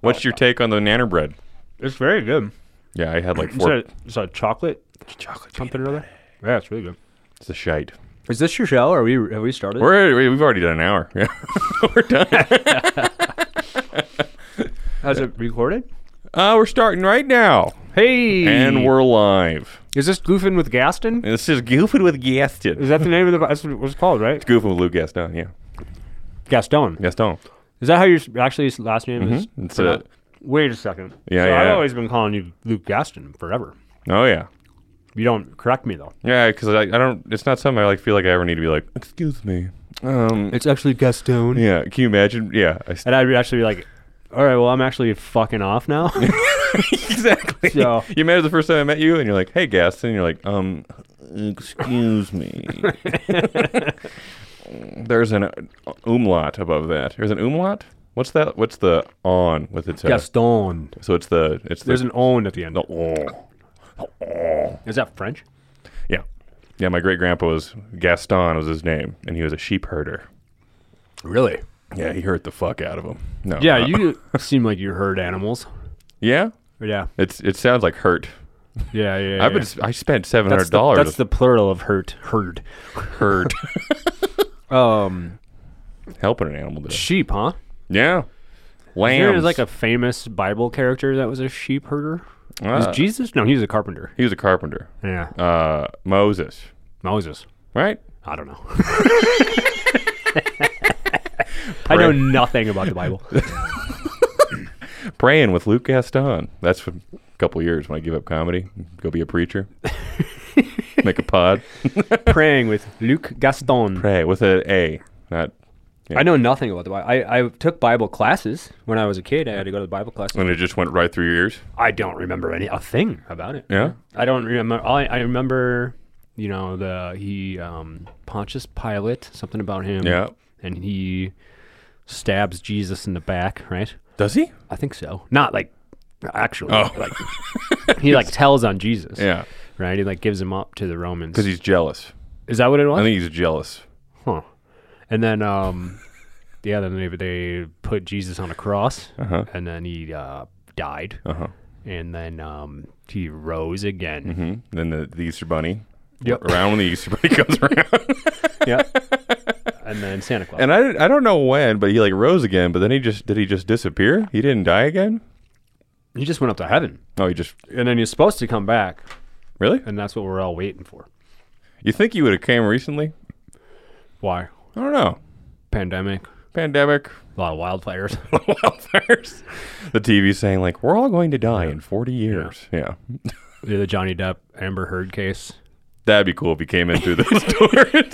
What's your take on the nanner bread? It's very good. Yeah, I had like It's a, four. it's a chocolate Chocolate something or other. Yeah, it's really good. It's a shite. Is this your show? Are we have we started? We're, we- we've already done an hour. Yeah, we're done. Has it recorded? Uh, we're starting right now, Hey, and we're live. is this goofing with Gaston? And this is Goofing with Gaston. Is that the name of the? That's what it's called, right? Goofing with Luke Gaston. Yeah, Gaston. Gaston. Is that how your actually his last name is? Mm-hmm. It's a, Wait a second. Yeah, so I've yeah. always been calling you Luke Gaston forever. oh yeah, You don't correct me though. yeah. Because I, I don't. It's not something I like. Feel like I ever need to be like, excuse me. Um. It's actually Gaston. Yeah. Can you imagine? Yeah. I, And I'd actually be like, all right, well, I'm actually fucking off now. exactly. So- You met her the first time I met you, and you're like, "Hey, Gaston," and you're like, "Um, excuse me." There's an uh, umlaut above that. There's an umlaut. What's that? What's the on with its? uh, Gaston. So it's the it's the, There's an own at the end. the oh. Is that French? yeah yeah. My great grandpa was Gaston was his name, and he was a sheep herder. Really? Yeah, he hurt the fuck out of him. No. Yeah, uh, you seem like you herd animals. Yeah. Yeah, It's it sounds like hurt. yeah, yeah. I've been s- I spent seven That's hundred the, dollars. that's the plural of hurt. Herd. hurt Um, helping an animal. To, Sheep, huh? yeah. There Lambs. is like a famous Bible character that was a sheep herder. Uh, was Jesus? No, he was a carpenter. He was a carpenter. Yeah, Uh, Moses, Moses. right? I don't know. I know nothing about the Bible. Praying with Luke Gaston. That's for a couple years when I give up comedy, go be a preacher, make a pod. Praying with Luc Gaston. Pray with a A, not. I know nothing about the Bible. I, I took Bible classes when I was a kid. I had to go to the Bible classes. And it just went right through your ears. I don't remember any a thing about it. Yeah. I don't remember. all I, I remember, you know, the he um, Pontius Pilate, something about him. Yeah. and he stabs Jesus in the back, right? Does he? I think so. Not like actually. Oh. Like he like tells on Jesus. Yeah. Right. He like gives him up to the Romans. Because he's jealous. Is that what it was? I think he's jealous. Huh. And then, um, yeah, then they, they put Jesus on a cross, and then he uh, died, Uh-huh. and then um, he rose again. hmm Then the, the Easter Bunny. Yep. Around when the Easter Bunny comes around. yeah. And then Santa Claus. and I, didn't- I don't know when, but he like rose again, but then he just, did he just disappear? He didn't die again? he just went up to heaven, No, Oh, he just, and then he's supposed to come back, really? and that's what we're all waiting for. You think he would have came recently? Why? I don't know. Pandemic, Pandemic, a lot of wildfires. wildfires. The TV saying like we're all going to die in 40 years. Yeah. the other Johnny Depp Amber Heard case. That'd be cool if he came in through those doors.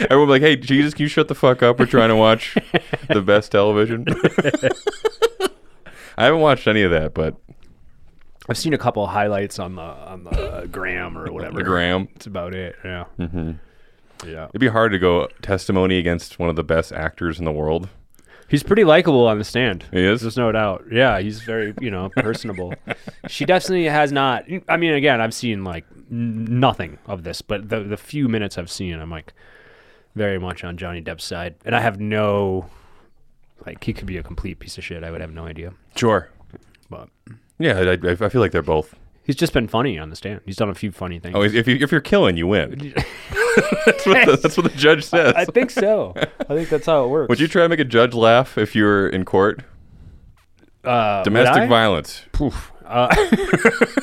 Everyone be like, "Hey, Jesus, can you shut the fuck up? We're trying to watch the best television." I haven't watched any of that, but I've seen a couple of highlights on the on the gram or whatever. the Graham. That's about it. Yeah. Yeah. It'd be hard to go testimony against one of the best actors in the world. He's pretty likable on the stand. He is? There's no doubt. Yeah, he's very, you know, personable. she definitely has not. I mean, again, I've seen like n- nothing of this, but the the few minutes I've seen, I'm like very much on Johnny Depp's side, and I have no like he could be a complete piece of shit. I would have no idea, Sure. but Yeah, I, I- I feel like they're both. he's just been funny on the stand. He's done a few funny things. Oh, if you, if you're killing, you win. that's, what the, that's what the judge says. I think so. I think that's how it works. Would you try to make a judge laugh if you were in court? uh, Domestic would I? violence. Poof. Uh,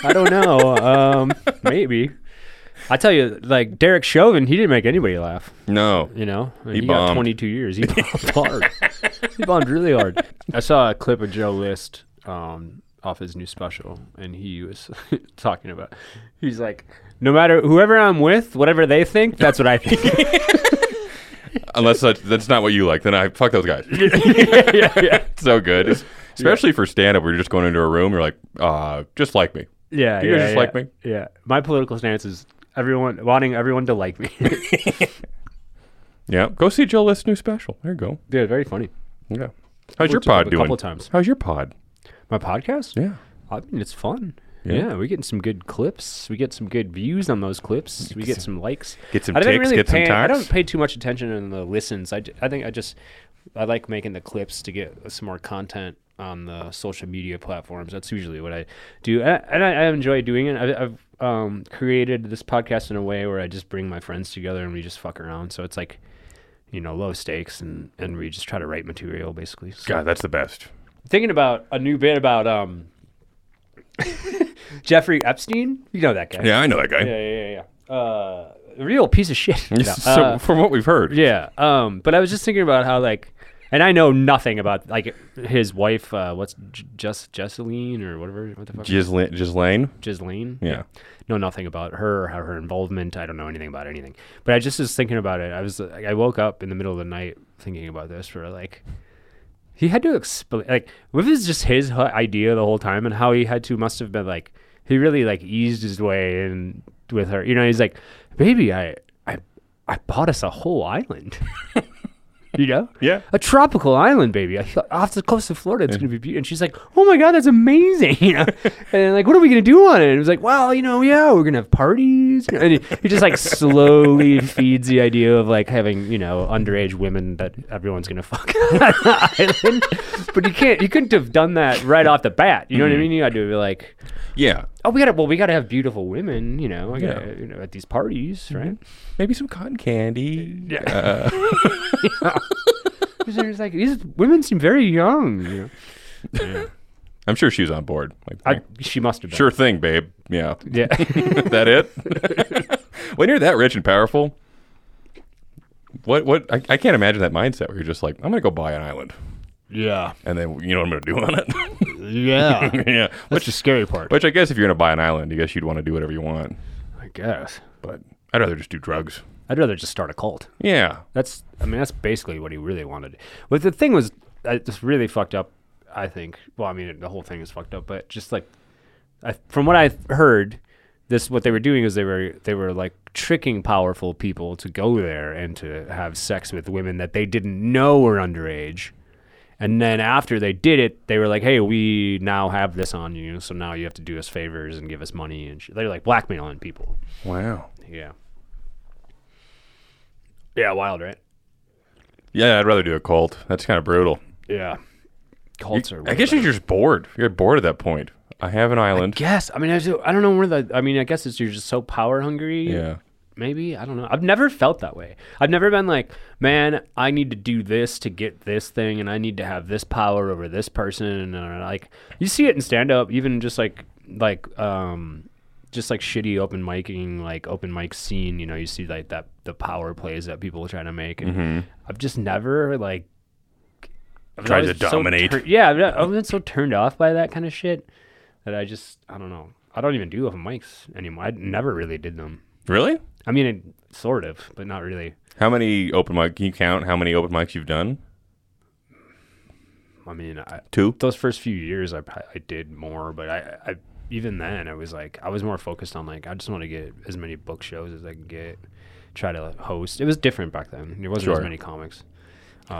I don't know. Um, maybe. I tell you, like Derek Chauvin, he didn't make anybody laugh. No. You know, And He he, got bombed. 22 years. He bombed hard. he bombed really hard. I saw a clip of Joe List um, off his new special, and he was talking about. He's like, no matter whoever I'm with, whatever they think, that's what I think. Unless that, that's not what you like, then I fuck those guys. so good. It's- especially for stand up where you're just going into a room, you're like, uh, just like me. Yeah, You yeah, guys just yeah. like me? Yeah, my political stance is everyone wanting everyone to like me. Yeah. Go see Joe List's new special. There you go. Yeah, very funny. Yeah. How's your Looked it up pod a doing? couple times. How's your pod? My podcast? Yeah. I mean, it's fun. Yeah. we're getting some good clips. We get some good views on those clips. We get some likes. get some I didn't ticks, get some pay- I tacks. don't pay too much attention on the listens. I, ju- I think I just I like making the clips to get some more content on the social media platforms. That's usually what I do, and I, and I, I enjoy doing it. I, I've um, created this podcast in a way where I just bring my friends together and we just fuck around. So it's like, you know, low stakes, and and we just try to write material basically. So God, that's the best. thinking about a new bit about um, Jeffrey Epstein. You know that guy. Yeah, I know that guy. Yeah, yeah, yeah. yeah. Uh, real piece of shit. No, so uh, from what we've heard, yeah. Um, but I was just thinking about how like, and I know nothing about like his wife. Uh, what's J- Jess Jesseline or whatever? What the fuck? Ghislaine, Ghislaine? Ghislaine. Yeah. Know nothing about her or her involvement. I don't know anything about anything. But I just was thinking about it. I was like, I woke up in the middle of the night thinking about this for like. He had to explain, like, what if it's just his hu- idea the whole time, and how he had to must have been like, he really like eased his way in with her. You know, he's like, baby, I, I, I bought us a whole island. you know, Yeah. a tropical island, baby, off the coast of Florida. It's gonna be beautiful. And she's like, "Oh my god, that's amazing!" You know, and like, what are we gonna do on it? And it was like, "Well, you know, yeah, we're gonna have parties." you know, And he, he just like slowly feeds the idea of like having you know underage women that everyone's gonna fuck on the island. But you can't, you couldn't have done that right off the bat. You know Mm. what I mean? You had to be like, Yeah. "Oh, we gotta, well, we gotta have beautiful women," you know, I gotta, Yeah. Mm-hmm. you know, at these parties, right? Maybe some cotton candy. Uh, Yeah. Because there's like these women seem very young. You know? I'm sure she was on board. Like, I, she must have been. sure thing, babe. Yeah. Yeah. that it? when you're that rich and powerful, what what I, I can't imagine that mindset where you're just like, I'm gonna go buy an island. yeah. And then you know what I'm gonna do on it. Yeah. That's yeah. Which the scary part. which I guess if you're gonna buy an island, you guess you'd want to do whatever you want. I guess. But I'd rather just do drugs. I'd rather just start a cult. Yeah. That's I mean that's basically what he really wanted. But the thing was uh, it's really fucked up, I think. Well, I mean the whole thing is fucked up, but just like I, from what I heard, this what they were doing is they were they were like tricking powerful people to go there and to have sex with women that they didn't know were underage. And then after they did it, they were like, "Hey, we now have this on you, so now you have to do us favors and give us money." And sh-. they're like blackmailing people. Wow. Yeah. Yeah, wild, right? Yeah, I'd rather do a cult. That's kind of brutal. Yeah. Cults are. I guess you're just bored. You're bored at that point. I have an island. Yes, I mean, I, just, I don't know where the. I mean, I guess it's you're just so power hungry. Yeah. Maybe I don't know. I've never felt that way. I've never been like, man, I need to do this to get this thing, and I need to have this power over this person, and uh, like you see it in stand up, even just like like um, just like shitty open micing, like open mic scene. You know, you see like that the power plays that people are trying to make, and I've just never like Mm-hmm. I've Tried always to been so dominate. tur- yeah, I've, I've been so turned off by that kind of shit that I just I don't know. I don't even do open mics anymore. I never really did them. Really? I mean, it, sort of, but not really. How many open mic? Can you count how many open mics you've done? I mean, I, Two. those first few years, I, prob- I did more, but I, I even then, I was like, I was more focused on like, I just want to get as many book shows as I can get, try to host. It was different back then. There wasn't as Sure. many comics.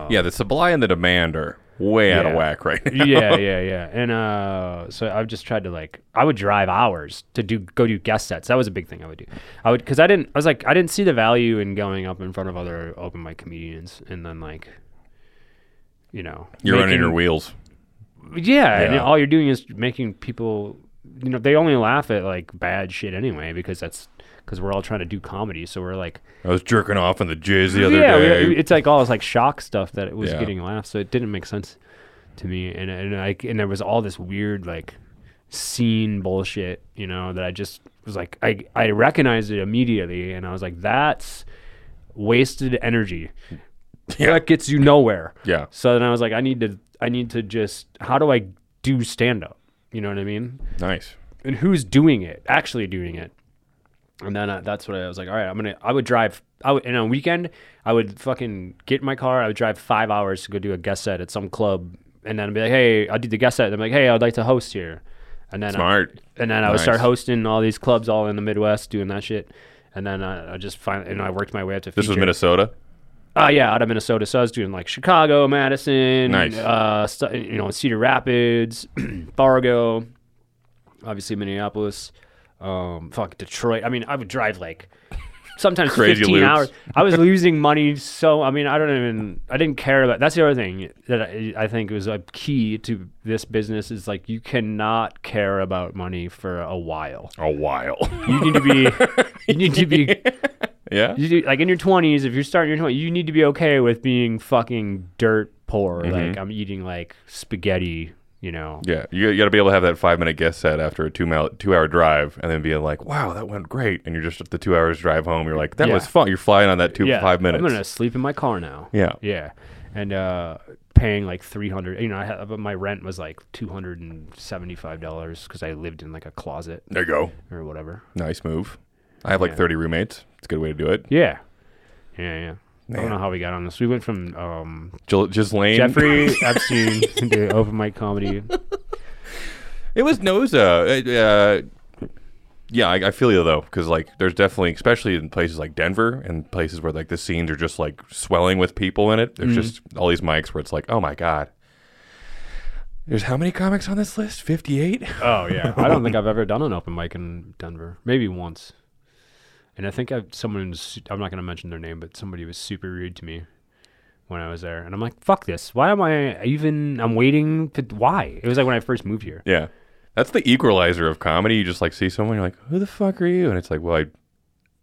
yeah, the supply and the demand are way out of Um, Yeah. whack right now. yeah, yeah, yeah. And uh, so I've just tried to like, I would drive hours to do go do guest sets. That was a big thing I would do. I would because I didn't. I was like, I didn't see the value in going up in front of other open mic comedians and then like, you know, You're running making- your wheels. Yeah, and Yeah. all you're doing is making people. You know, they only laugh at like bad shit anyway because that's because we're all trying to do comedy. So we're like, I was jerking off in the jizz the other yeah, we- day. it's like all this like shock stuff that it was Yeah. getting laughs. So it didn't make sense to me, and and I and there was all this weird like scene bullshit, you know, that I just was like, I I recognized it immediately, and I was like, that's wasted energy. That gets you nowhere. yeah. So then I was like, I need to, I need to just, how do I do stand up? You know what I mean? Nice. And who's doing it, actually doing it? And then uh, that's what I was like, all right, I'm going to, I would drive, I would, and on a weekend, I would fucking get in my car, I would drive five hours to go do a guest set at some club. And then I'd be like, hey, I did the guest set. And I'm like, hey, I'd like to host here. And then, I, Smart. and then I would start Nice. hosting all these clubs all in the Midwest doing that shit. And then I, I just find, and I worked my way up to This was feature. Minnesota. Uh, yeah, out of Minnesota. So I was doing like Chicago, Madison, Nice. uh, stu- you know, Cedar Rapids, Fargo, obviously Minneapolis, um, fuck Detroit. I mean, I would drive like sometimes Crazy 15 loops. hours. I was losing money. So, I mean, I don't even, I didn't care about, that's the other thing that I, I think was a key to this business is like, you cannot care about money for a while. A while. You need to be, you need to be, yeah. you do, like in your 20s, if you're starting your 20s, you need to be okay with being fucking dirt poor. Mm-hmm. Like I'm eating like spaghetti, you know. Yeah, you, got to be able to have that five minute guest set after a two mile, two hour drive, and then being like, "Wow, that went great," and you're just at the two hours drive home. You're like, "That Yeah. was fun." You're flying on that two yeah, five minutes. I'm gonna sleep in my car now. Yeah. yeah, and uh, paying like three hundred. You know, I had, but my rent was like two hundred and seventy five dollars because I lived in like a closet There you go. or whatever. Nice move. I have like Yeah. 30 roommates. It's a good way to do it. Yeah, yeah, yeah. I Man. don't know how we got on this. We went from um, Jil- Ghislaine. Jeffrey Epstein to open mic comedy. It was no, it was, uh, uh, yeah, I, I feel you though, because like there's definitely, especially in places like Denver and places where like the scenes are just like swelling with people in it. There's just all these mics where it's like, oh my god. There's how many comics on this list? 58. Oh yeah, I don't think I've ever done an open mic in Denver. Maybe once, and I think I someone's. I'm not going to mention their name, but somebody was super rude to me when I was there, and I'm like, "Fuck this! Why am I even? I'm waiting to why?" It was like when I first moved here. Yeah. That's the equalizer of comedy. You just like see someone, you're like, who the fuck are you? And it's like, well, I,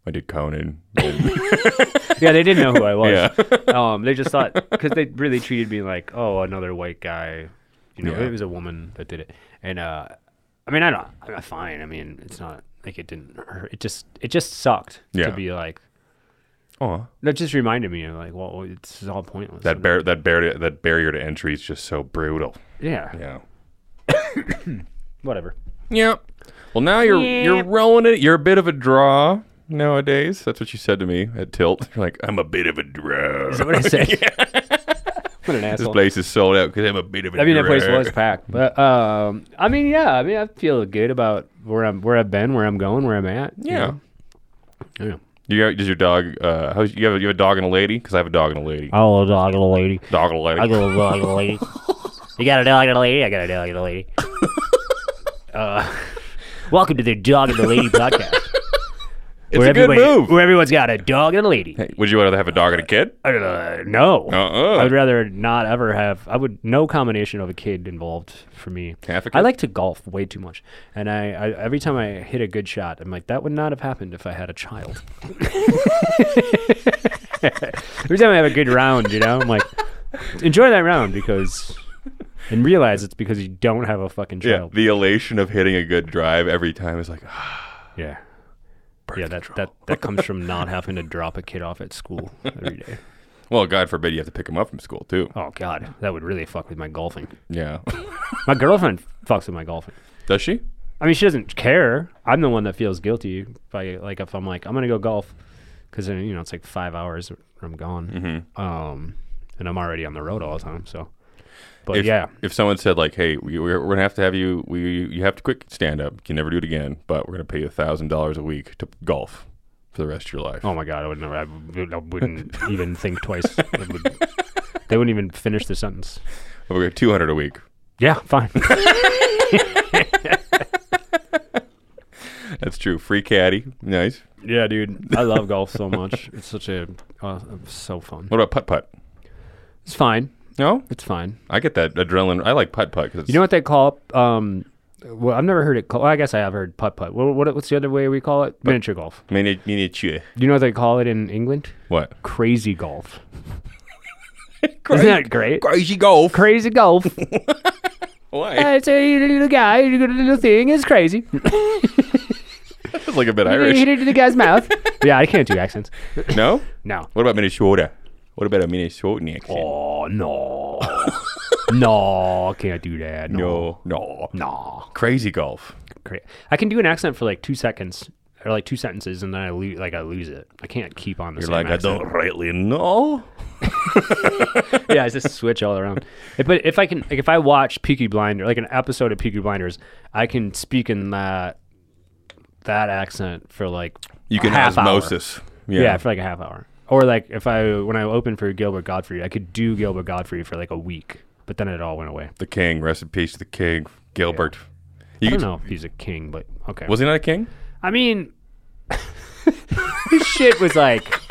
I did Conan. yeah, they didn't know who I was. Yeah. um, they just thought because they really treated me like, oh, another white guy. You know, Yeah. it was a woman that did it, and uh, I mean, I don't. I'm not fine. I mean, it's not like it didn't hurt. It just, it just sucked Yeah. to be like. Aw. That just reminded me of like, well, it's all pointless. That, bar- that, bar- that barrier to entry is just so brutal. yeah, Yeah. whatever. Yep. Well, now you're you're rolling it. You're a bit of a draw nowadays. That's what you said to me at Tilt. You're like, I'm a bit of a draw. Is that what I said? What an This asshole. place is sold out because I'm a bit of a I mean, that place draw. was packed, but um, I mean, yeah, I mean, I feel good about where I'm, where I've been, where I'm going, where I'm at. you Yeah. know? yeah. You got, does your dog? Uh, how's, you have a, you have a dog and a lady? Because I have a dog and a lady. Oh, dog and a lady. Dog and a lady. I got a dog and a lady. You got a dog and a lady. I got a dog and a lady. Uh, welcome to the Dog and the Lady podcast. it's a good move. Where everyone's got a dog and a lady. Hey, would you rather have a dog and a kid? Uh, no. Uh uh I would rather not ever have. I would no combination of a kid involved for me. Half a I kid? like to golf way too much, and I, I every time I hit a good shot, I'm like that would not have happened if I had a child. every time I have a good round, you know, I'm like enjoy that round because and realize it's because you don't have a fucking Yeah, child. the elation of hitting a good drive every time is like, ah, Yeah. Yeah, that, that that comes from not having to drop a kid off at school every day. well, God forbid you have to pick him up from school too. Oh God, that would really fuck with my golfing. Yeah, My girlfriend fucks with my golfing. does she? I mean, she doesn't care. I'm the one that feels guilty by like if I'm like I'm gonna go golf because you know it's like five hours or I'm gone, um, and I'm already on the road all the time. So, but if, Oh, yeah, if someone said like, "Hey, we, we're, we're gonna have to have you. We you have to quit stand up. You can never do it again. But we're gonna pay you a thousand dollars a week to golf for the rest of your life." oh my god, I would never, I would- I wouldn't even think twice. I would- they wouldn't even finish the sentence. we're two hundred a week. Yeah, fine. That's true. Free caddy, nice. yeah, dude, I love golf so much. It's such a uh, so fun. What about putt putt? It's fine. No, It's fine. I get that adrenaline. I like putt putt because You know what they call um. Well, I've never heard it called. I guess I have heard putt putt. What, what, what's the other way we call it? Miniature golf. miniature. Do you know what they call it in England? What Crazy golf. Isn't that great? crazy golf? Crazy golf. Why? it's a little guy, a little thing. It's crazy. It's like a bit You hit Irish. it in the guy's mouth. yeah, I can't do accents. no. No. What about Minnesota? What about a Minnesota accent? Oh no. no, can't do that. No. No, no. No. Crazy golf. Great. I can do an accent for like two seconds or like two sentences, and then I lose. Like I lose it. I can't keep on the You're same like, accent. I don't rightly know. yeah, it's just a switch all around. If- But if I can, like, if I watch Peaky Blinder, like an episode of Peaky Blinders, I can speak in that that accent for like You can a half osmosis. Hour. Yeah. for like a half hour. Or like if I when I opened for Gilbert Godfrey, I could do Gilbert Godfrey for like a week, but then it all went away. The king, rest in peace, to the king, Gilbert. I You don't know if he's a king, but okay. Was he not a king? I mean, his shit was like.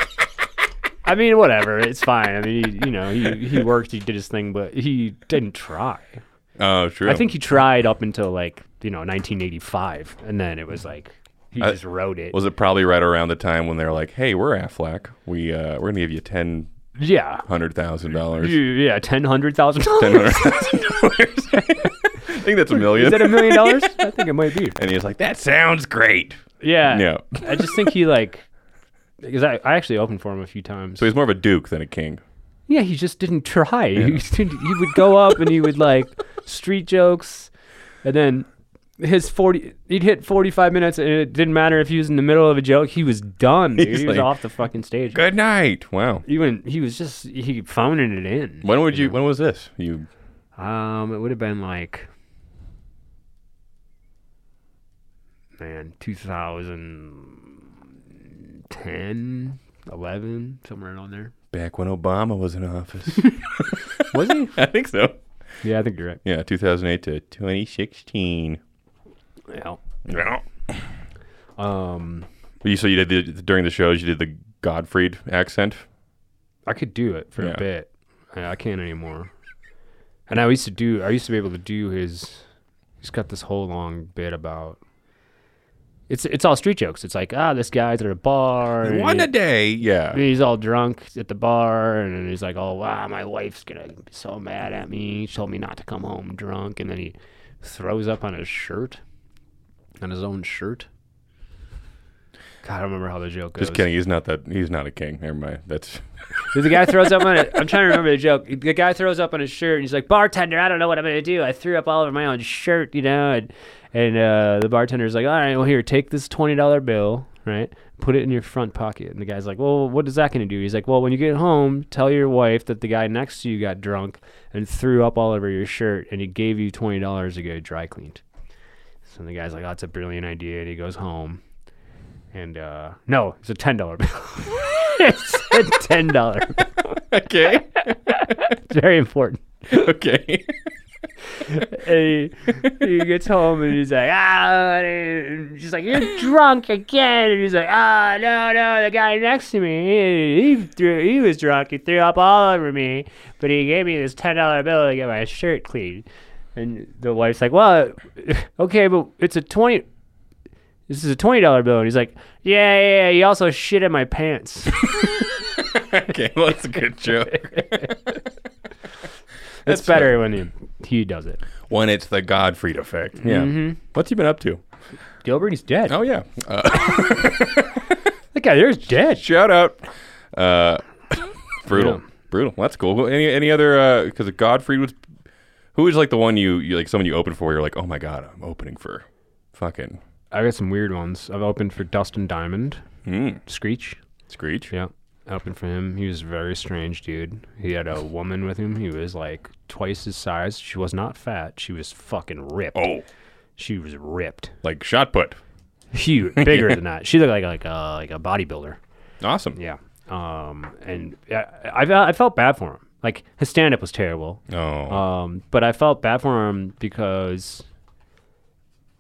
I mean, whatever. It's fine. I mean, he, you know, he, he worked, he did his thing, but he didn't try. Oh, true. I think he tried up until like you know 1985, and then it was like he I- just wrote it. was it probably right around the time when they're like, "Hey, we're Aflac. We uh, we're gonna give you ten yeah, hundred thousand dollars." yeah, ten hundred thousand Ten dollars. hundred thousand dollars. I think that's a million. Is that a million dollars? I think it might be. and he's like, "That sounds great." Yeah, Yeah. I just think he like because I, I actually opened for him a few times. So he's more of a duke than a king. yeah, he just didn't try. He, didn't- he would go up and he would like street jokes, and then his forty he'd hit forty five minutes, and it didn't matter if he was in the middle of a joke. He was done. dude. He's He was like, off the fucking stage. Good night. Wow. Even he was just he phoning it in. When would you? When was this? You Um, it would have been like, man, 2010, 11, somewhere around there. back when Obama was in office? Was he? I think so. yeah, I think you're right. Yeah, 2008 to 2016. Yeah. Yeah. Um, You- So you did the, during the shows. You did the Godfried accent. I could do it for Yeah. a bit. I, I can't anymore. And I used to do. I used to be able to do his. He's got this whole long bit about. It's it's all street jokes. It's like ah, this guy's at a bar. and he- day. Yeah. he's all drunk at the bar and then he's like oh wow my wife's gonna be so mad at me she told me not to come home drunk and then he throws up on his shirt on his own shirt god i don't remember how the joke goes Just kidding. He's not that. He's not a king. Never mind. That's the guy throws up on it i'm trying to remember the joke the guy throws up on his shirt and he's like bartender i don't know what i'm gonna do i threw up all over my own shirt you know and and uh, the bartender's like all right well here take this $20 bill right put it in your front pocket. And the guy's like, Well, what is that going to do? He's like, Well, when you get home, tell your wife that the guy next to you got drunk and threw up all over your shirt and he gave you $20 to get it dry cleaned. So the guy's like, Oh, that's a brilliant idea. And he goes home. And uh, no, it's a $10 bill. it's a $10. bill. okay. It's very important. okay. And he, he gets home and he's like, ah, and she's like, you're drunk again. And he's like, ah, no, no, the guy next to me, he, he threw, he was drunk. He threw up all over me, but he gave me this ten dollar bill to get my shirt clean. And the wife's like, well, okay, but it's a twenty. This is a twenty dollar bill, and he's like, yeah, yeah, yeah. He also shit in my pants. okay. Well, that's a good joke. It's better when he, he does it. When it's the Godfried effect. Yeah. What's he been up to? Gilbert's dead. Mm-hmm. Oh yeah. Uh, That guy there's dead. shout out. Uh, brutal. Yeah. Brutal. That's cool. Any any other? uh, Because Godfried was. Who is like the one you, you like? Someone you open for? You're like, oh my god, I'm opening for, fucking I got some weird ones. I've opened for Dustin Diamond, mm, Screech. Screech. Yeah, I opened for him. He was a very strange dude. He had a woman with him. He was like twice his size. She was not fat. She was fucking ripped. Oh, She was ripped. like shot put. Huge, bigger than that. She looked like like a like a bodybuilder. Awesome. Yeah. Um, and I, I I felt bad for him. Like his stand up was terrible. Oh. Um, but I felt bad for him because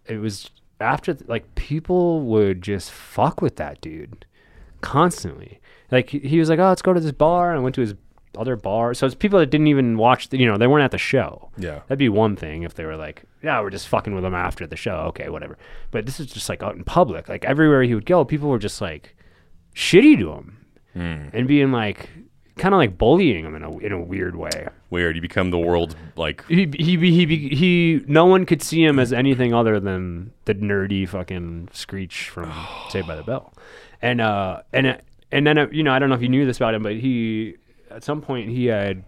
it was after like people would just fuck with that dude constantly. Like he- he was like, "Oh, let's go to this bar," and I went to his other bar. So it's people that didn't even watch. The, you know, they weren't at the show. yeah. That'd be one thing if they were like, "Yeah, we're just fucking with him after the show." Okay, whatever. But this is just like out in public. Like everywhere he would go, people were just like shitty to him and being like kind of like bullying him in a in a weird way Weird. You become the world's like he he he he, he no one could see him as anything other than the nerdy fucking screech from Saved by the Bell, and uh and and then uh, you know I don't know if you knew this about him, but he at some point he had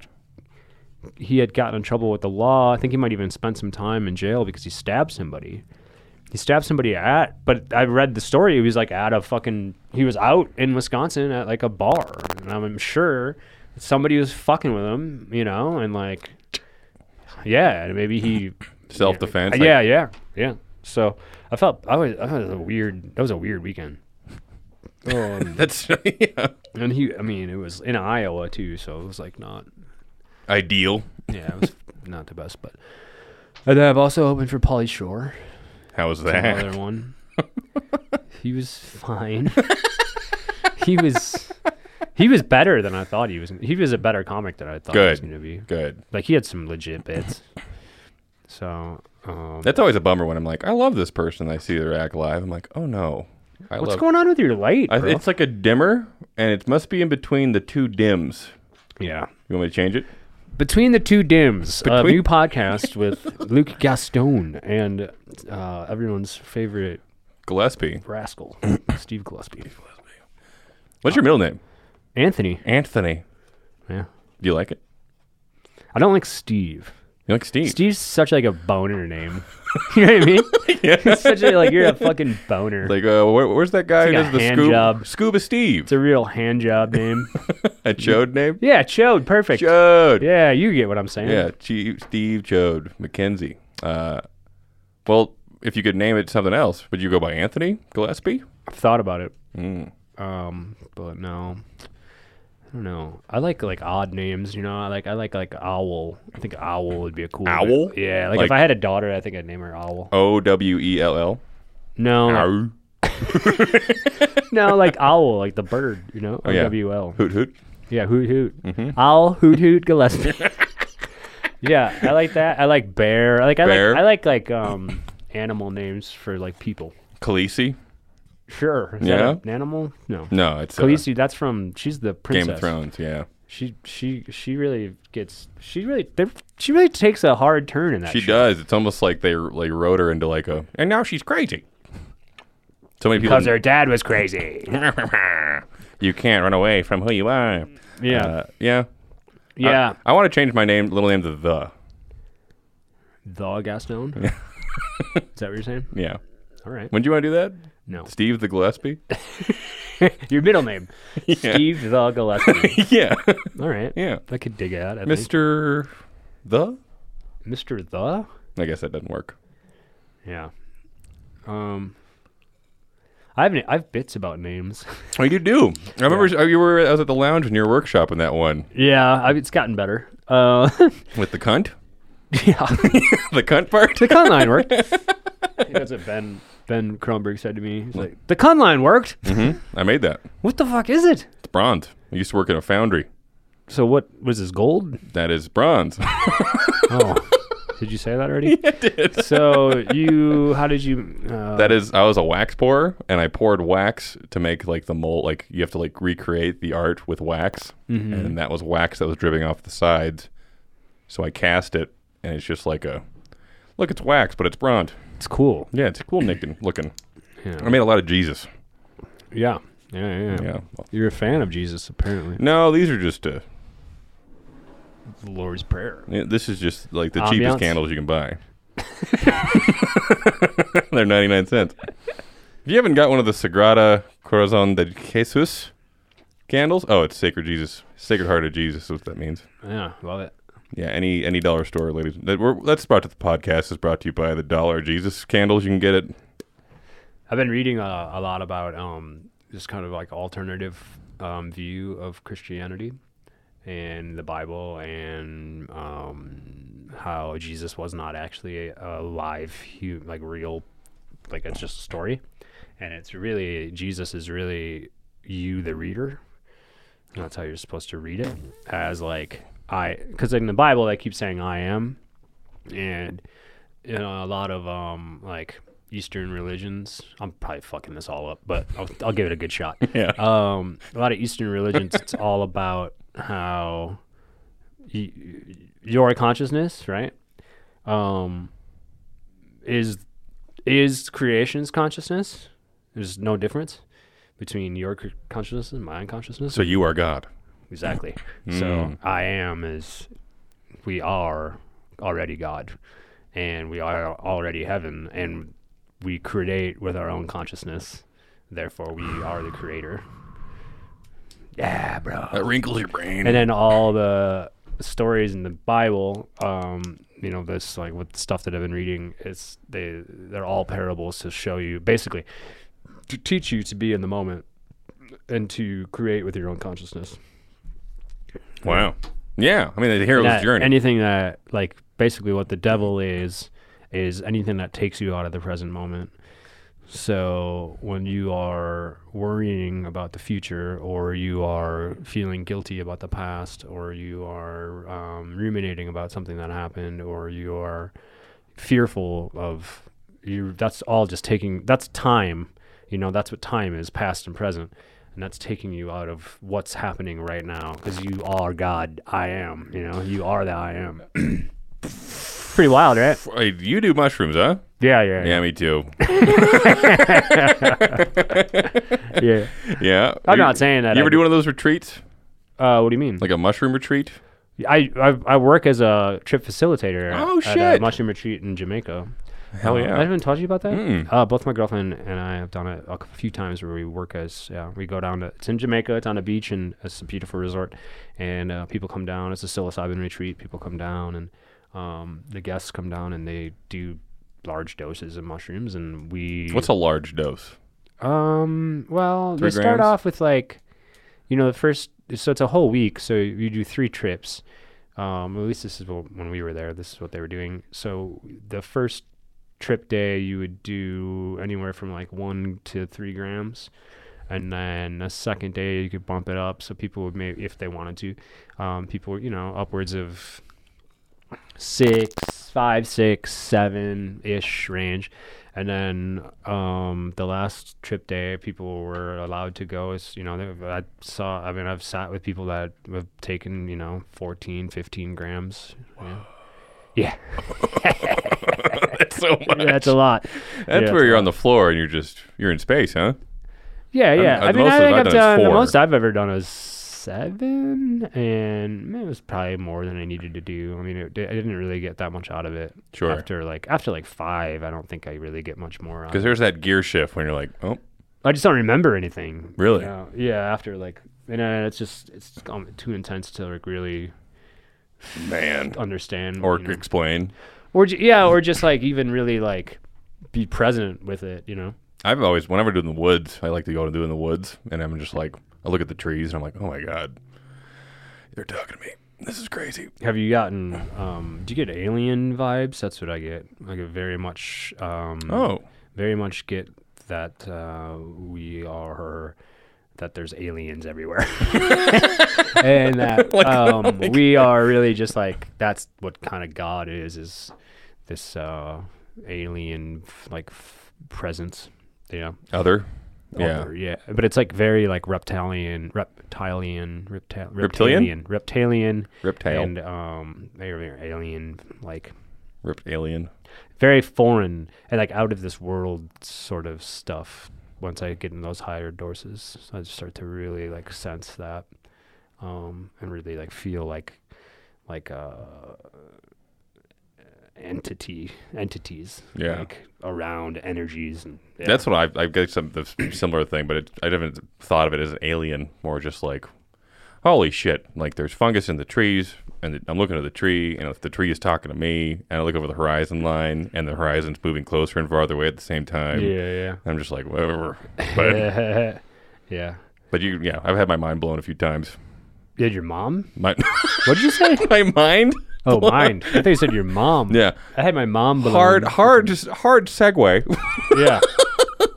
he had gotten in trouble with the law. I think he might even spent some time in jail because he stabbed somebody. He stabbed somebody at, but I read the story. He was like at a fucking. He was out in Wisconsin at like a bar, and I'm sure somebody was fucking with him, you know, and like, yeah, and maybe he. self defense. Uh, yeah, yeah, yeah. So I felt I was. I thought it was a weird. That was a weird weekend. Um, That's yeah. and he, I mean, it was in Iowa too, so it was like not ideal. yeah, it was not the best, but. And then I've also opened for Polly Shore, How was that? another one. he was fine. he was he was better than I thought he was. He was a better comic than I thought he was Good. going to be. Good. Like he had some legit bits. So um, That's always a bummer when I'm like, I love this person. I see their act live. I'm like, oh no. I what's love. going on with your light, I, bro? it's like a dimmer, and it must be in between the two dims. yeah. uh, You want me to change it? Between the two dims, a Between- new podcast with Luke Gaston and uh, everyone's favorite Gillespie. rascal, Steve Gillespie, What's your middle name? Anthony. Anthony. Yeah, Do you like it? I don't like Steve. You like Steve? Steve's such like a boner name. you know what I mean? It's such a like you're a fucking boner. Like, uh, where, where's that guy It's like who does a the hand scoop? job. Scuba Steve. it's a real hand job name. A Chode name? yeah, Chode, perfect. Chode. Yeah, Yeah, you get what I'm saying. Chief Steve Chode McKenzie. Uh, well, if you could name it something else, would you go by Anthony Gillespie? I've thought about it. Mm. Um, but no. I don't know. I like like odd names, you know. I like I like like owl. I think owl would be a cool Owl? Yeah, like, if Like- I had a daughter, I think I'd name her owl. O W E L L. No, like- Ow. no, like owl, like the bird, you know. O Oh, yeah. Mm-hmm. W L. Hoot hoot. Yeah, hoot hoot. Owl hoot hoot Gillespie. yeah, I like that. I like bear. I like I Bear. like I like like um animal names for like people. Khaleesi? Sure. Is Yeah? That an animal? No. No, it's uh, Khaleesi, that's from she's the princess. Game of Thrones. Yeah. She she she really gets she really they're- she really takes a hard turn in that. She show. does. It's almost like they like wrote her into like a. And now she's crazy. So many people. because her dad was crazy. you can't run away from who you are. Yeah, Uh, yeah. yeah. I, want to change my name, little name to the. the Gaston. Is that what you're saying? Yeah. All right. When do you want to do that? No, Steve the Gillespie? your middle name, Steve the Gillespie. yeah. All right. yeah. I could dig out. I think. Mr. The? Mister the. I guess that doesn't work. Yeah. Um. I have I have bits about names. Oh, you do. I remember uh you were I was at the lounge in your workshop in that one yeah, I, it's gotten better. Uh, with the cunt. yeah, The cunt part. the con line worked. I think that's what Ben Ben Kronberg said to me. He's like, the con line worked. hmm I made that. What the fuck is it? It's bronze. I used to work in a foundry. So what was this gold? That is bronze. Oh, did you say that already? I did. So you, how did you? Uh, that is I was a wax pourer and I poured wax to make like the mold like you have to like recreate the art with wax. And that was wax that was dripping off the sides. So I cast it and it's just like a look, it's wax, but it's bronze. it's cool. Yeah, it's cool looking looking. Yeah. I made a lot of Jesus. yeah. Yeah, yeah, Yeah. You're a fan of Jesus, apparently. No, these are just uh, The Lord's Prayer. yeah, this is just like the Ambiance. cheapest candles you can buy. They're 99 cents. If you haven't got one of the Sagrada Corazon de Jesus candles, oh, it's Sacred Jesus. Sacred Heart of Jesus is what that means. Yeah, love it. Yeah, any any dollar store, ladies. That we're, that's brought to the podcast is brought to you by the Dollar Jesus candles. You can get it. I've been reading a, a lot about um, this kind of like alternative um, view of Christianity and the Bible and um, how Jesus was not actually a live, hu- like real, like it's just a story. And it's really, Jesus is really you, the reader. And That's how you're supposed to read it. As like, I, because in the Bible, they keep saying, I am. And you know, a lot of um like Eastern religions. I'm probably fucking this all up, but I'll, I'll give it a good shot. Yeah. Um, a lot of Eastern religions. it's all about how y- y- your consciousness, right, um, is is creation's consciousness. There's no difference between your cr- consciousness and my consciousness. So you are God. Exactly. So I am is we are already God and we are already heaven and we create with our own consciousness. Therefore we are the creator. Yeah, bro. That wrinkles your brain. And then all the stories in the Bible, um, you know, this like with stuff that I've been reading, it's they they're all parables to show you basically to teach you to be in the moment and to create with your own consciousness. wow. Yeah, I mean the hero's that journey. anything that like basically what the devil is is anything that takes you out of the present moment So when you are worrying about the future, or you are feeling guilty about the past, or you are um, ruminating about something that happened, or you are fearful of you, that's all just taking that's time. You know that's what time is, past and present, and that's taking you out of what's happening right now because you are God. I am. You know you are the I am. Pretty wild, right? Wait, you do mushrooms, huh? Yeah, yeah, Yeah, me too. yeah. yeah. Yeah. I'm You- not saying that. You I ever do one of those retreats? Uh, what do you mean? Like a mushroom retreat? I, I I work as a trip facilitator. at- Oh, At shit. a mushroom retreat in Jamaica. Hell Uh, yeah. I haven't told you about that. Mm. Uh, both my girlfriend and I have done it a c- few times where we work as yeah we go down to it's in Jamaica it's on a beach and it's a beautiful resort and uh, people come down it's a psilocybin retreat people come down and um, the guests come down and they do large doses of mushrooms and we What's a large dose? um. Well, Three they start grams? off with like, you know, the first. So it's a whole week. So you do three trips. Um. At least this is what, when we were there. This is what they were doing. So the first trip day, you would do anywhere from like one to three grams. And then the second day, you could bump it up. So people would maybe, if they wanted to, um, people, you know, upwards of six, five, six, seven ish range. And then um, the last trip day, people were allowed to go. Is you know, they- I saw. I mean, I've sat with people that have taken you know 14, 15 grams. Yeah, That's so much. yeah. that's a lot. That's yeah, where you're on the floor and you're just you're in space, huh? Yeah, I'm- yeah. uh, I mean, most I of think I've done I've is done the four. most I've ever done is seven, and it was probably more than I needed to do. I mean, it, I didn't really get that much out of it. Sure. After like after like five, I don't think I really get much more out. of Because there's that gear shift when you're like, oh, I just don't remember anything. Really? You know? Yeah. After like, and uh, it's just it's um, too intense to like really man, understand or you know? explain. or ju- yeah, or just like even really like be present with it. You know. I've always whenever I do in the woods, I like to go to do in the woods, and I'm just like, I look at the trees and I'm like, oh my god, they're talking to me. This is crazy. Have you gotten? Um, do you get alien vibes? That's what I get. I get very much. Um, Oh, Very much get that uh, we are that there's aliens everywhere, and that um, we are really just like that's what kind of God is is this uh, alien f- like f- presence. Yeah. other, yeah, Other, yeah. But it's like very like reptilian, reptilian, reptilian, Reptilian? reptilian, reptilian reptile, and um, they were alien, like rip alien. very foreign and like out of this world sort of stuff. Once I get in those higher doses, I just start to really like sense that, um, and really like feel like, like uh, entity entities, Yeah. like around energies and yeah. That's what I've, I've got some the similar thing, but it, I haven't thought of it as an alien, more just like, holy shit, like there's fungus in the trees, and the, I'm looking at the tree, and if the tree is talking to me, and I look over the horizon line, and the horizon's moving closer and farther away at the same time. yeah, I'm just like, whatever. But, yeah, yeah. but you, yeah, I've had my mind blown a few times. Did your mom? My, What'd you say? my mind? Oh, mine. I think you said your mom. Yeah. I had my mom. below Hard, me. hard, just hard segue. yeah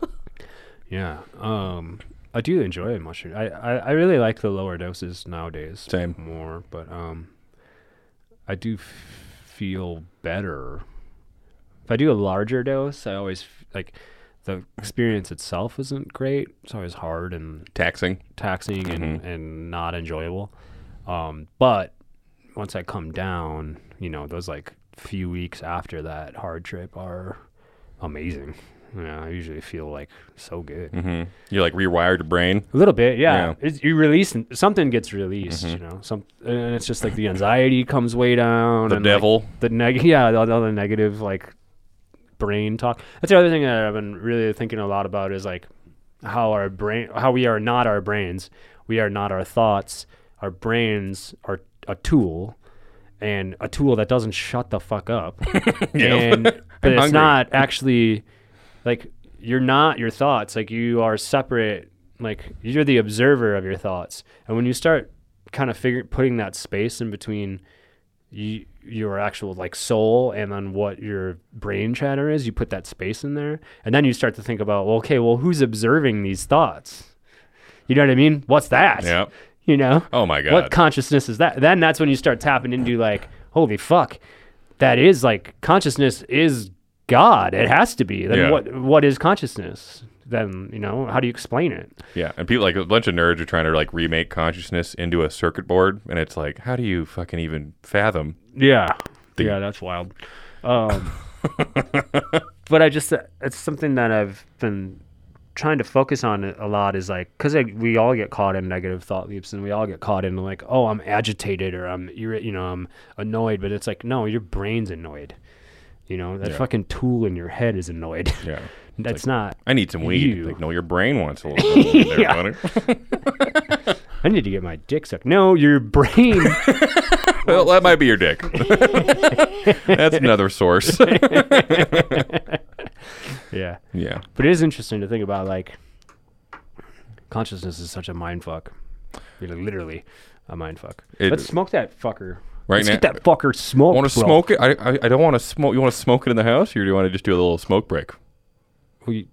yeah um i do enjoy mushroom I, I i really like the lower doses nowadays Same. more but um i do f- feel better if i do a larger dose i always f- like the experience itself isn't great it's always hard and Taxing. taxing Mm-hmm. and, and not enjoyable. Um, but once I come down, you know, those like few weeks after that hard trip are amazing. You know, I usually feel like so good. hmm You're like rewired your brain. A little bit, yeah. Yeah. Mm-hmm. It's, you release something gets released, you know. Some and it's just like the anxiety comes way down. The and, like, devil. the neg yeah all, all the negative like brain talk that's the other thing that i've been really thinking a lot about is like how our brain how we are not our brains we are not our thoughts our brains are a tool and a tool that doesn't shut the fuck up and but it's hungry. not actually like you're not your thoughts like you are separate like you're the observer of your thoughts and when you start kind of figure putting that space in between you your actual like soul and then what your brain chatter is you put that space in there and then you start to think about well, okay well who's observing these thoughts you know what i mean what's that Yeah. you know Oh my god. what consciousness is that then that's when you start tapping into like holy fuck that is like consciousness is god it has to be then Yeah. what what is consciousness then you know how do you explain it yeah. And people like a bunch of nerds are trying to like remake consciousness into a circuit board, and it's like, how do you fucking even fathom? Yeah. yeah, that's wild. Um, but I just, it's something that I've been trying to focus on a lot is like, because we all get caught in negative thought leaps and we all get caught in like, oh, I'm agitated or I'm, irri- you know, I'm annoyed. But it's like, no, your brain's annoyed. You know, that Yeah. fucking tool in your head is annoyed. Yeah. That's not, I need some weed. You. Like, no, your brain wants a little. bit of weed there, Yeah. buddy. I need to get my dick sucked. No, your brain. well, that might be your dick. That's another source. yeah. yeah. But it is interesting to think about like consciousness is such a mind fuck. You're like, literally a mind fuck. It- Let's smoke that fucker. Right Let's now- get that fucker smoked. Want to bro. smoke it? I, I, I don't want to smoke. You want to smoke it in the house, or do you want to just do a little smoke break? We-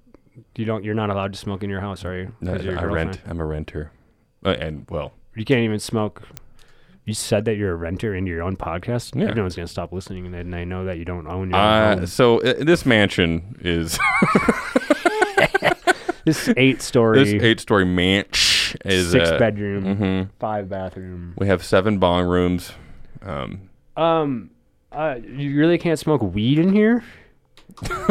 you don't. You're not allowed to smoke in your house, are you? No, 'Cause your I rent. girlfriend- I'm a renter, uh, and well, You can't even smoke. You said that you're a renter in your own podcast. Yeah. Everyone's gonna stop listening, and then I know that you don't own your own. uh, home. so uh, this mansion is This eight story, this eight-story manch is six uh, bedroom, five bathroom. We have seven bong rooms. Um, Um, uh, you really can't smoke weed in here.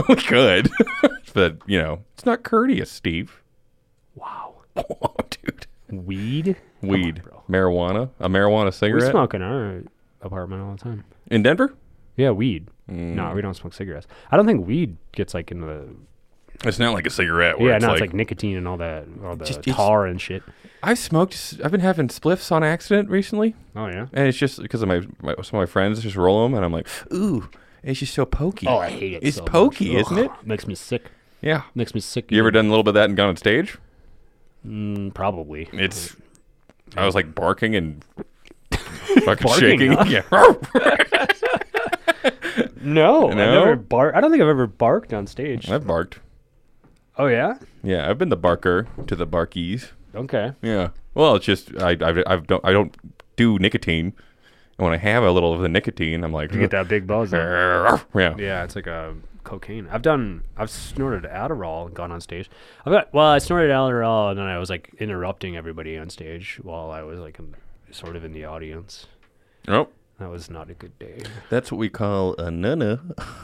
we could, but you know, it's not courteous, Steve. Wow, Oh, dude, weed. weed, bro. marijuana, a marijuana We cigarette smoke in our apartment all the time. in Denver. Yeah, weed. Mm. No, we don't smoke cigarettes. I don't think weed gets like into the It's not like a cigarette. Where yeah, it's no, like, it's like nicotine and all that, all the Just- it's- tar and shit. I've smoked. s- I've been having spliffs on accident recently. Oh yeah. And it's just because of my, my some of my friends just roll them, and I'm like, ooh, it's just so pokey. Oh, I hate it. It's so much. pokey, Ugh. isn't it? Makes me sick. Yeah. Makes me sick. You ever done a little bit of that and gone on stage? Mm, probably. It's. I was like barking and fucking Barking, shaking. huh? Yeah. No, I've No? never barked. I don't think I've ever barked on stage. I've barked. Oh yeah. Yeah, I've been the barker to the barkies. Okay. Yeah. Well, it's just I I I don't I don't do nicotine. And when I have a little of the nicotine, I'm like, You get that big buzz. though. yeah. Yeah, it's like a cocaine. I've done. I've snorted Adderall and gone on stage. I've got. Well, I snorted Adderall and then I was like interrupting everybody on stage while I was like in, sort of in the audience. Oh, That was not a good day. that's what we call a nunna.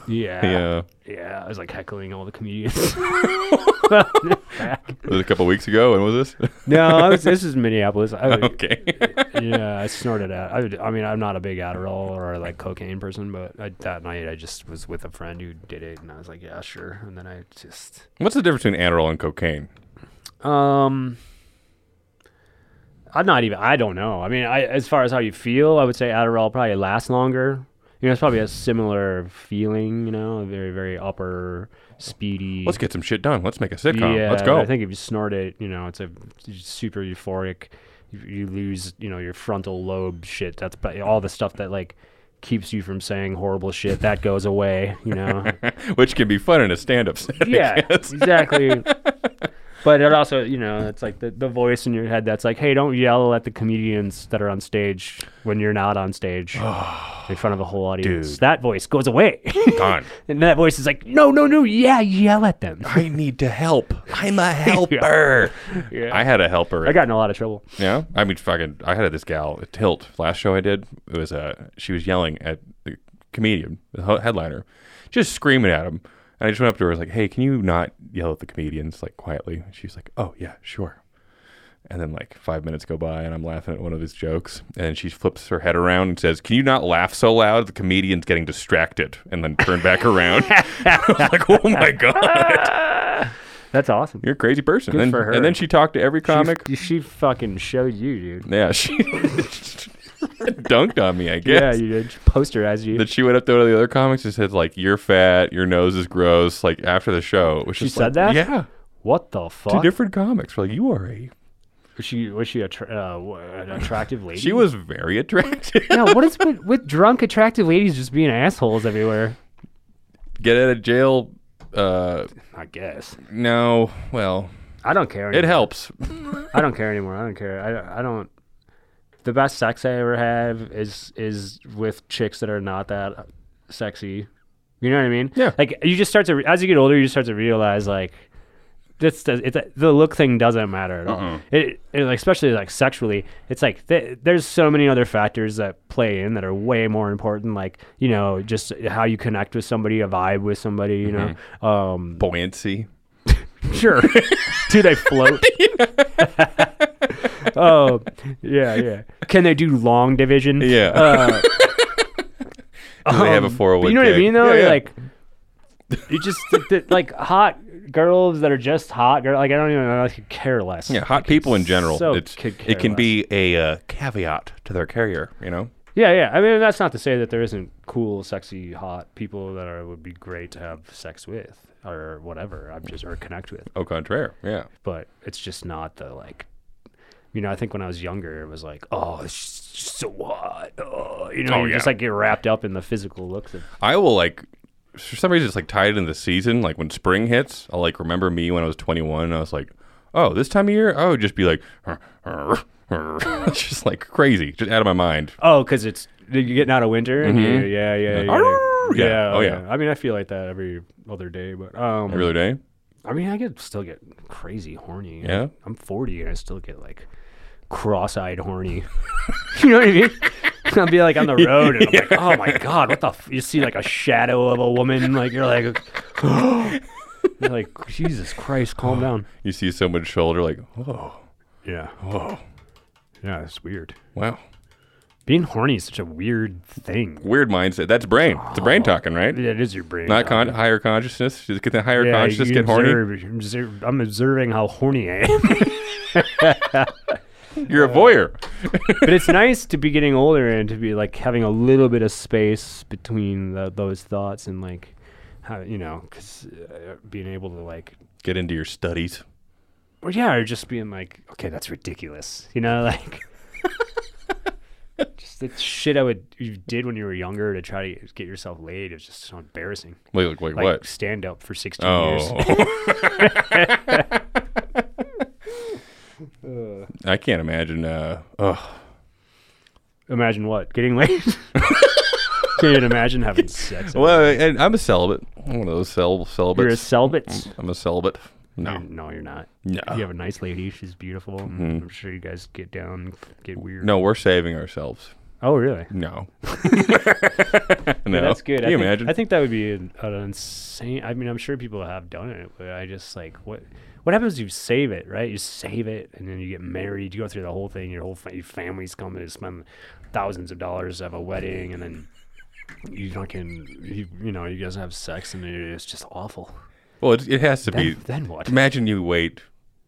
Yeah. Yeah. Yeah, I was like heckling all the comedians. It was a couple weeks ago. When was this? no, I was, this is Minneapolis. I, would- okay. Yeah, I snorted out. I, would- I mean, I'm not a big Adderall or like cocaine person, but I, that night I just was with a friend who did it, and I was like, yeah, sure. And then I just What's the difference between Adderall and cocaine? Um, I'm not even. I don't know. I mean, I as far as how you feel, I would say Adderall probably lasts longer. You know, it's probably a similar feeling. You know, very very upper speedy. Let's get some shit done. Let's make a sitcom. yeah, Let's go. I think if you snort it, you know, it's a it's super euphoric. You, you lose, you know, your frontal lobe shit. That's probably all the stuff that like keeps you from saying horrible shit. That goes away. You know. Which can be fun in a stand-up setting. yeah, exactly. but it also, you know, it's like the, the voice in your head that's like, hey, don't yell at the comedians that are on stage when you're not on stage in front of a whole audience. Dude. That voice goes away. Gone. and that voice is like, no, no, no, yeah, yell at them. I need to help. I'm a helper. Yeah. I had a helper. I got in a lot of trouble. yeah. I mean, fucking. I had this gal at Tilt last show I did. It was uh, she was yelling at the comedian, the he- headliner, just screaming at him. And I just went up to her. I was like, "Hey, can you not yell at the comedians like quietly?" And she's like, "Oh yeah, sure." And then like five minutes go by, and I'm laughing at one of his jokes, and she flips her head around and says, "Can you not laugh so loud? The comedian's getting distracted." And then turn back around. I was like, "Oh my god." That's awesome. You're a crazy person. and, for her. and then she talked to every comic. She, she fucking showed you, dude. yeah, she dunked on me, I Yeah, guess. you did. She posterized you. That she went up to one of the other comics and said, like, you're fat, your nose is gross, like, after the show. It was She just said like- that? Yeah. what the Two fuck? different comics were like, you are a Was she was she attra- uh, wha- an attractive lady? She was very attractive. Yeah, what is with, with drunk attractive ladies just being assholes everywhere? Get out of jail. Uh, I guess no, well, I don't care. it Anymore. helps. I don't care anymore. I don't care. I, don't- I don't. The best sex I ever have is is with chicks that are not that sexy. You know what I mean? Yeah. Like you just start to re- as you get older, you just start to realize like this does it's the look thing doesn't matter at all. Uh-huh. It, it like especially like sexually, it's like th- there's so many other factors that play in that are way more important. Like you know just how you connect with somebody, a vibe with somebody. You Mm-hmm. know, um, Buoyancy. Sure. do they float? oh, yeah, yeah. Can they do long division? Yeah. Uh, Do they have a um, four hundred but one. You know what I mean, though. Yeah, yeah. Like, you just th- th- like hot girls that are just hot girl. Like I don't even know. I could care less. Yeah, hot people in general. so it's could it care can less. be a uh, caveat to their career. You know. yeah, yeah. I mean, that's not to say that there isn't cool, sexy, hot people that are would be great to have sex with or whatever. I'm just or connect with. Au contraire. Yeah. but it's just not the like you know i think when i was younger it was like oh it's just so hot oh, you know Oh, you yeah. just like get wrapped up in the physical looks of I will like for some reason it's like tied in the season. Like when spring hits, I'll like remember me when I was 21 and I was like, oh, this time of year, I would just be like, just like crazy, just out of my mind. oh because it's you're getting out of winter and you- yeah yeah yeah, Mm-hmm. "Arr!" yeah. Yeah, oh, yeah. i mean i feel like that every other day but um Every other day. i mean i get still get crazy horny Yeah? i'm 40 and i still get like cross-eyed horny you know what i mean I'll be like on the road, and I'm like, "Oh my god, what the?" F-? You see like a shadow of a woman, like you're like, You're like, Jesus Christ, calm down. You see someone's shoulder, like, oh, Yeah. whoa, Oh. Yeah, it's weird. wow. Being horny is such a weird thing. Weird mindset. That's brain. It's a brain talking, right? It is your brain. Not con- higher consciousness. Just get the higher Yeah, consciousness, you get horny. observe- you observe- I'm observing how horny I am. You're a voyeur. but it's nice to be getting older and to be like having a little bit of space between the, those thoughts and like, how, you know, because uh, being able to like, Get into your studies. or yeah, or just being like, okay, that's ridiculous. You know, like. Just the shit I would you did when you were younger to try to get yourself laid is just so embarrassing. Wait, like, wait, like what? stand up for 16 years. Oh. I can't imagine. Uh, oh, Imagine what? Getting laid? Can you imagine having sex? well, and I'm a celibate. I'm one of those cel- You're a celibates. celibate? I'm a celibate. Mm. No, You're- No, you're not. No. You have a nice lady. She's beautiful. I'm sure you guys get down, get weird. Mm-hmm. no, we're saving ourselves. Oh, really? No, no, That's good. Can I you think, imagine? I think that would be an, an insane. I mean, I'm sure people have done it, but I just like what what happens? if You save it, right? You save it, and then you get married. You go through the whole thing. Your whole fa- your family's coming to spend thousands of dollars to have a wedding, and then you fucking you, you know you guys have sex, and it- it's just awful. well, it, it has to be. Then, then what? Imagine you wait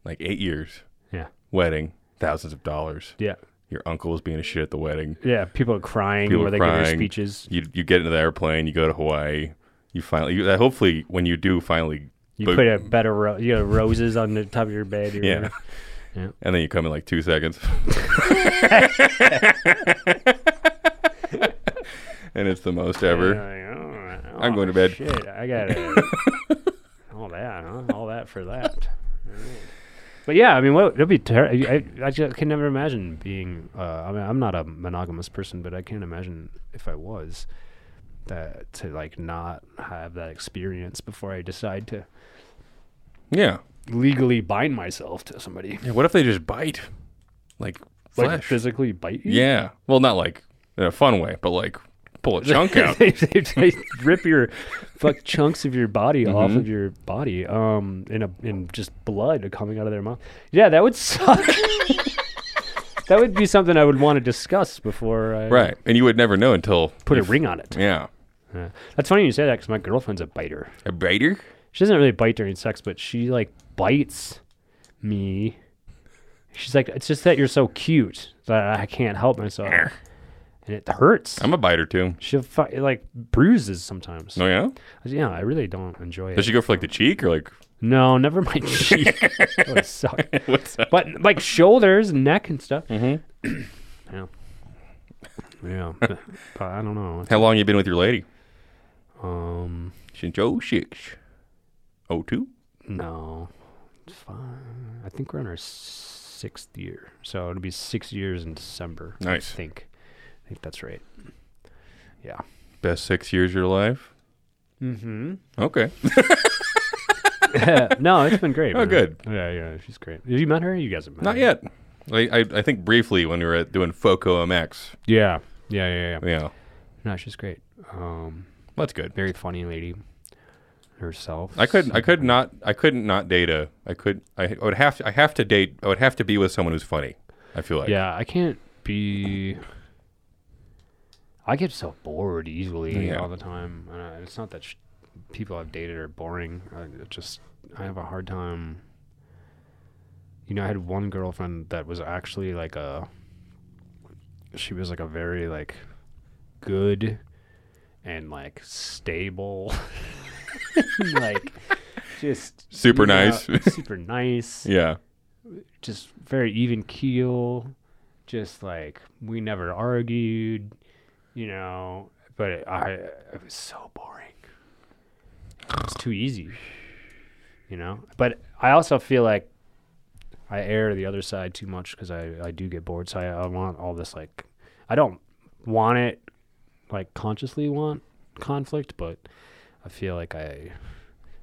like eight years, Yeah, wedding, thousands of dollars. yeah, Your uncle is being a shit at the wedding. yeah. People are crying People where are they give their crying. speeches. You you get into the airplane. You go to Hawaii. You finally. You, uh, hopefully, when you do finally, You book- put a bed of ro- you know, roses on the top of your bed. Or Yeah. yeah. Yeah. And then you come in like two seconds. and it's the most ever. I'm going to bed. "Oh, Shit, I got it. all that, huh? All that for that. Alright. But yeah, I mean, what it'd be terrible. I, I just can never imagine being. Uh, I mean, I'm not a monogamous person, but I can't imagine if I was that to like not have that experience before I decide to Yeah. legally bind myself to somebody, yeah. What if they just bite? Like like flesh. physically bite you. yeah. Well, not like in a fun way, but like pull a chunk out. they, they, they rip your fuck chunks of your body off Mm-hmm. of your body, um, in a in just blood coming out of their mouth. Yeah, that would suck. that would be something I would want to discuss before I Right. And you would never know until. put a ring on it. Yeah. Yeah. That's funny you say that because my girlfriend's a biter. A biter? She doesn't really bite during sex, but she like bites me. She's like, it's just that you're so cute that I can't help myself. and it hurts. I'm a biter too. she fu- it, like bruises sometimes. Oh yeah. Yeah, I really don't enjoy Does it. she go for like the cheek or like No, never my cheek. that would suck. what's that? But like shoulders, and neck, and stuff. Mhm. yeah. Yeah, but, but I don't know. How long you been with your lady? Um, Since oh six. Oh two. no, it's fine. I think we're in our sixth year, so it'll be six years in December. Nice. I think, I think that's right. Yeah. Best six years of your life. Mm-hmm. Okay. no, it's been great. Oh, man. good. Yeah, yeah, she's great. Have you met her? You guys have met Not her. yet. I, I I think briefly when we were at doing Foco MX. Yeah. Yeah, yeah, yeah. Yeah. No, she's great. Um, That's good. very funny lady herself. I couldn't. I could not. I couldn't not date a. I could. I, I would have. To, I have to date. I would have to be with someone who's funny. I feel like. yeah, I can't be. I get so bored easily Yeah. all the time. Uh, it's not that sh- people I've dated are boring. I it just I have a hard time. You know, I had one girlfriend that was actually like a. She was like a very like, good, and like stable, like just Super you know, nice. super nice Yeah. just very even keel. Just like we never argued, you know. But it, I, it was so boring. It's too easy, you know. But I also feel like I err to the other side too much because I I do get bored. So I, I want all this like I don't want it like consciously want conflict, but I feel like I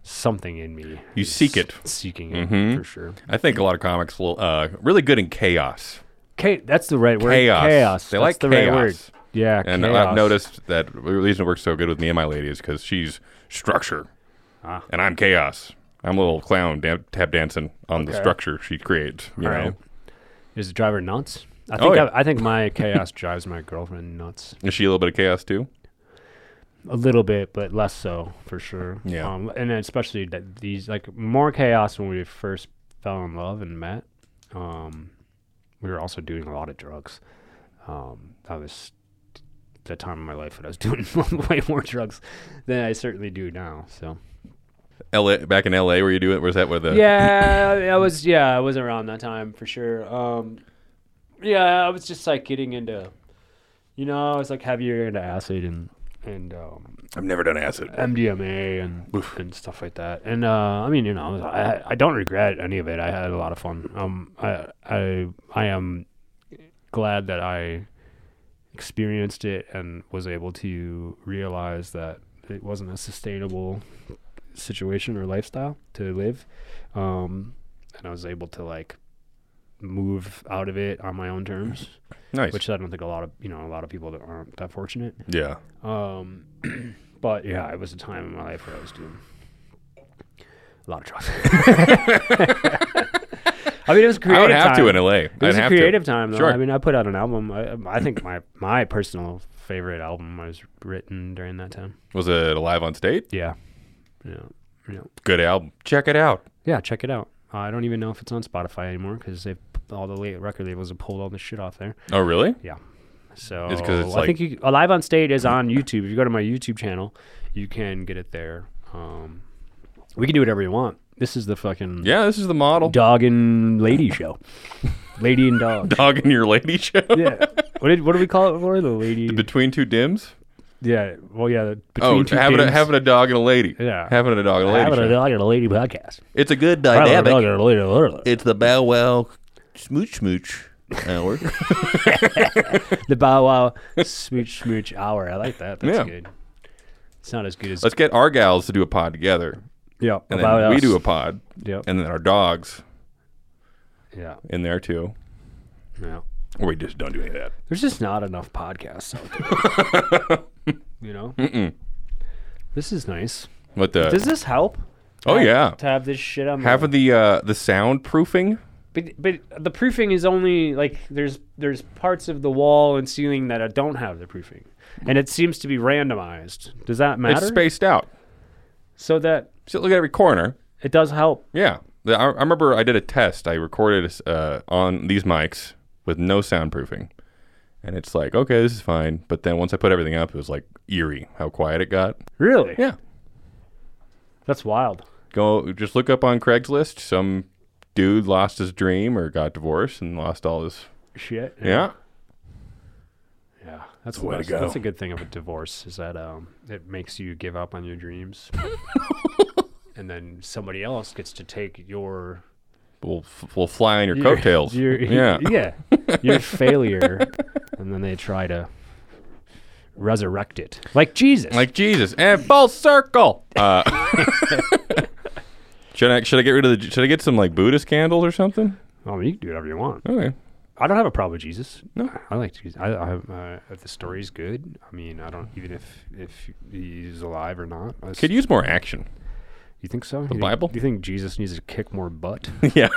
something in me You is seek it. seeking it Mhm. for sure. I think a lot of comics will uh, really good in chaos. Cha- that's the right word. Chaos. Chaos. They That's like the chaos. right word. Yeah. And I've chaos. noticed that the reason it works so good with me and my lady is because she's structure, Ah. and I'm chaos. I'm a little clown da- tap dancing on the Okay. structure she creates. You All know, right. Is the driver nuts? I Oh, think yeah. I, I think my chaos drives my girlfriend nuts is she a little bit of chaos too? a little bit, but less so for sure. Yeah. Um, and then especially that these like more chaos when we first fell in love and met. Um, we were also doing a lot of drugs. Um, that was the time of my life when I was doing way more drugs than I certainly do now. So. LA, back in L.A. where you do it? Where's that? Where the yeah, I was. Yeah, I was around that time for sure. Um, yeah, I was just like getting into, you know, I was like heavier into acid and and um, I've never done acid. MDMA and and stuff like that. And uh, I mean, you know, I I don't regret any of it. I had a lot of fun. Um, I I I am glad that I experienced it and was able to realize that it wasn't a sustainable situation or lifestyle to live. Um, and I was able to like move out of it on my own terms, Nice. which I don't think a lot of you know a lot of people that aren't that fortunate. yeah. Um, but yeah, it was a time in my life where I was doing a lot of drugs. I mean, it was a creative. I would have time. to in L.A. It was I'd a have creative to. time, though. Sure. I mean, I put out an album. I, I think my my personal favorite album was written during that time. Was it alive on stage? Yeah, yeah, yeah. Good album. Check it out. Yeah, check it out. Uh, I don't even know if it's on Spotify anymore because they all the late record labels have pulled all the shit off there. Oh, really? So It's 'cause it's I think you, Alive on Stage is on YouTube. If you go to my YouTube channel, you can get it there. Um, we can do whatever you want. This is the fucking Yeah, this is the model. dog and lady show. lady and dog. Dog and your lady show. yeah. What did what do we call it before? The lady. Between two dims. yeah. Well, yeah. the Between Oh, two having a, Kings. having a dog and a lady. Yeah. Having a dog and a lady. Having a show. dog and a lady podcast. It's a good Dog and a lady, lady. It's the bow wow smooch smooch hour. the bow wow smooch smooch hour. I like that. That's Yeah. good. It's not as good as Let's get our gals to do a pod together, yeah. and bow then wow we s- do a pod, yep. and then our dogs yeah in there too. yeah. Or we just don't do any of that. There's just not enough podcasts out there. you know? This is nice. What the? Does this help? uh, oh yeah, To have this shit on half of the uh, the soundproofing. but, but the proofing is only like there's there's parts of the wall and ceiling that I don't have the proofing. And it seems to be randomized. Does that matter? It's spaced out. so that So look at every corner. it does help. Yeah, The- I, I remember I did a test. I recorded uh, on these mics with no soundproofing, and it's like okay, this is fine. But then once I put everything up, it was like eerie how quiet it got. Really? Yeah, That's wild. go just look up on Craigslist. Some dude lost his dream or got divorced and lost all his Shit. yeah. Yeah. That's way the to best. go. That's a good thing of a divorce is that um, it makes you give up on your dreams, and then somebody else gets to take your We'll, f- we'll fly on your your- coattails. your- yeah. yeah, your failure, and then they try to resurrect it like Jesus. Like Jesus and full circle. Uh, should I should I get rid of the should I get some like Buddhist candles or something? I mean, you can do whatever you want. Okay. I don't have a problem with Jesus. No. I like Jesus. I, I have, uh, if the story's good, I mean, I don't even if if he's alive or not. I s- Could use more action. you think so? The Bible? Do you think Jesus needs to kick more butt? yeah.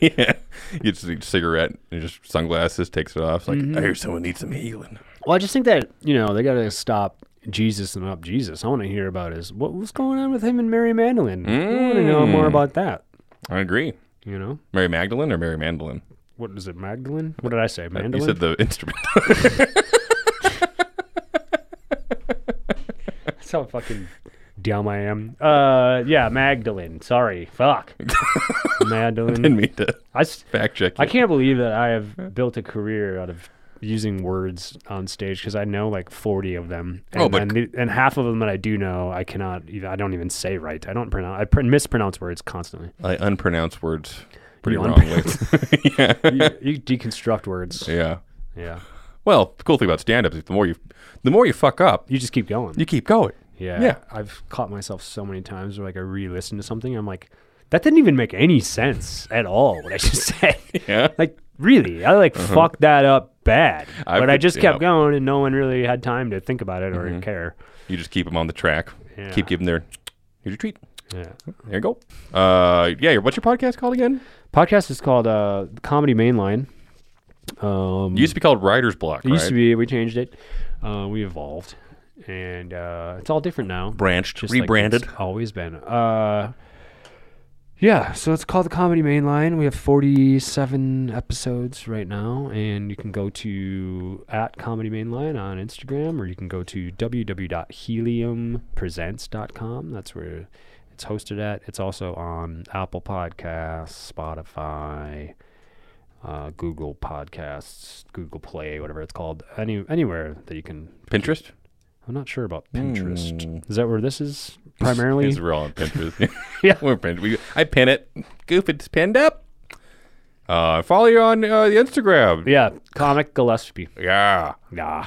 yeah. Gets a cigarette and just sunglasses, takes it off. It's like I hear someone needs some healing. Well, I just think that you know they got to stop Jesus and up Jesus. I want to hear about his what was going on with him and Mary Magdalene. I want to know Mm. more about that. I agree. You know, Mary Magdalene or Mary Mandolin? what is it, Magdalene? What did I say, Magdalene? You said the instrument. That's how fucking dumb I am. Uh, yeah, Magdalene. Sorry, fuck, Didn't Magdalene. mean to I, s- fact check. You. I can't believe that I have built a career out of using words on stage because I know like 40 of them. And, Oh, but- and, the- and half of them that I do know, I cannot even, I don't even say right. I don't pronounce, I pr- mispronounce words constantly. I unpronounce words pretty You wrongly. yeah. you, you deconstruct words. Yeah. Yeah. Well, the cool thing about stand up is the more you the more you fuck up, You just keep going. you keep going. yeah. yeah. I've caught myself so many times where like I re listen to something. I'm like, that didn't even make any sense at all, what I just said. Yeah. like, really, I like fucked that up bad. I've but I been- just Uh-huh. kept yeah. going and no one really had time to think about it or care. You just keep them on the track. Yeah. Keep giving their here's your treat. Yeah. There you go. Uh, yeah. your- What's your podcast called again? Podcast is called uh, Comedy Mainline. Um, It used to be called Writer's Block. it used to right? be, we changed it. Uh, we evolved. And uh, it's all different now. branched, just like rebranded. it's always been. Uh, yeah, so it's called the Comedy Mainline. We have 47 episodes right now, and you can go to at Comedy Mainline on Instagram, or you can go to www.heliumpresents.com. That's where it's hosted at. It's also on Apple Podcasts, Spotify, uh, Google Podcasts, Google Play, whatever it's called. Any anywhere that you can. Pinterest. I'm not sure about Hmm. Pinterest. Is that where this is primarily? It's- we're all on Pinterest. Yeah. we're pinned. We, I pin it. Goof, it's pinned up. Uh, follow you on uh, the Instagram. Yeah, comic Gillespie. Yeah. Nah.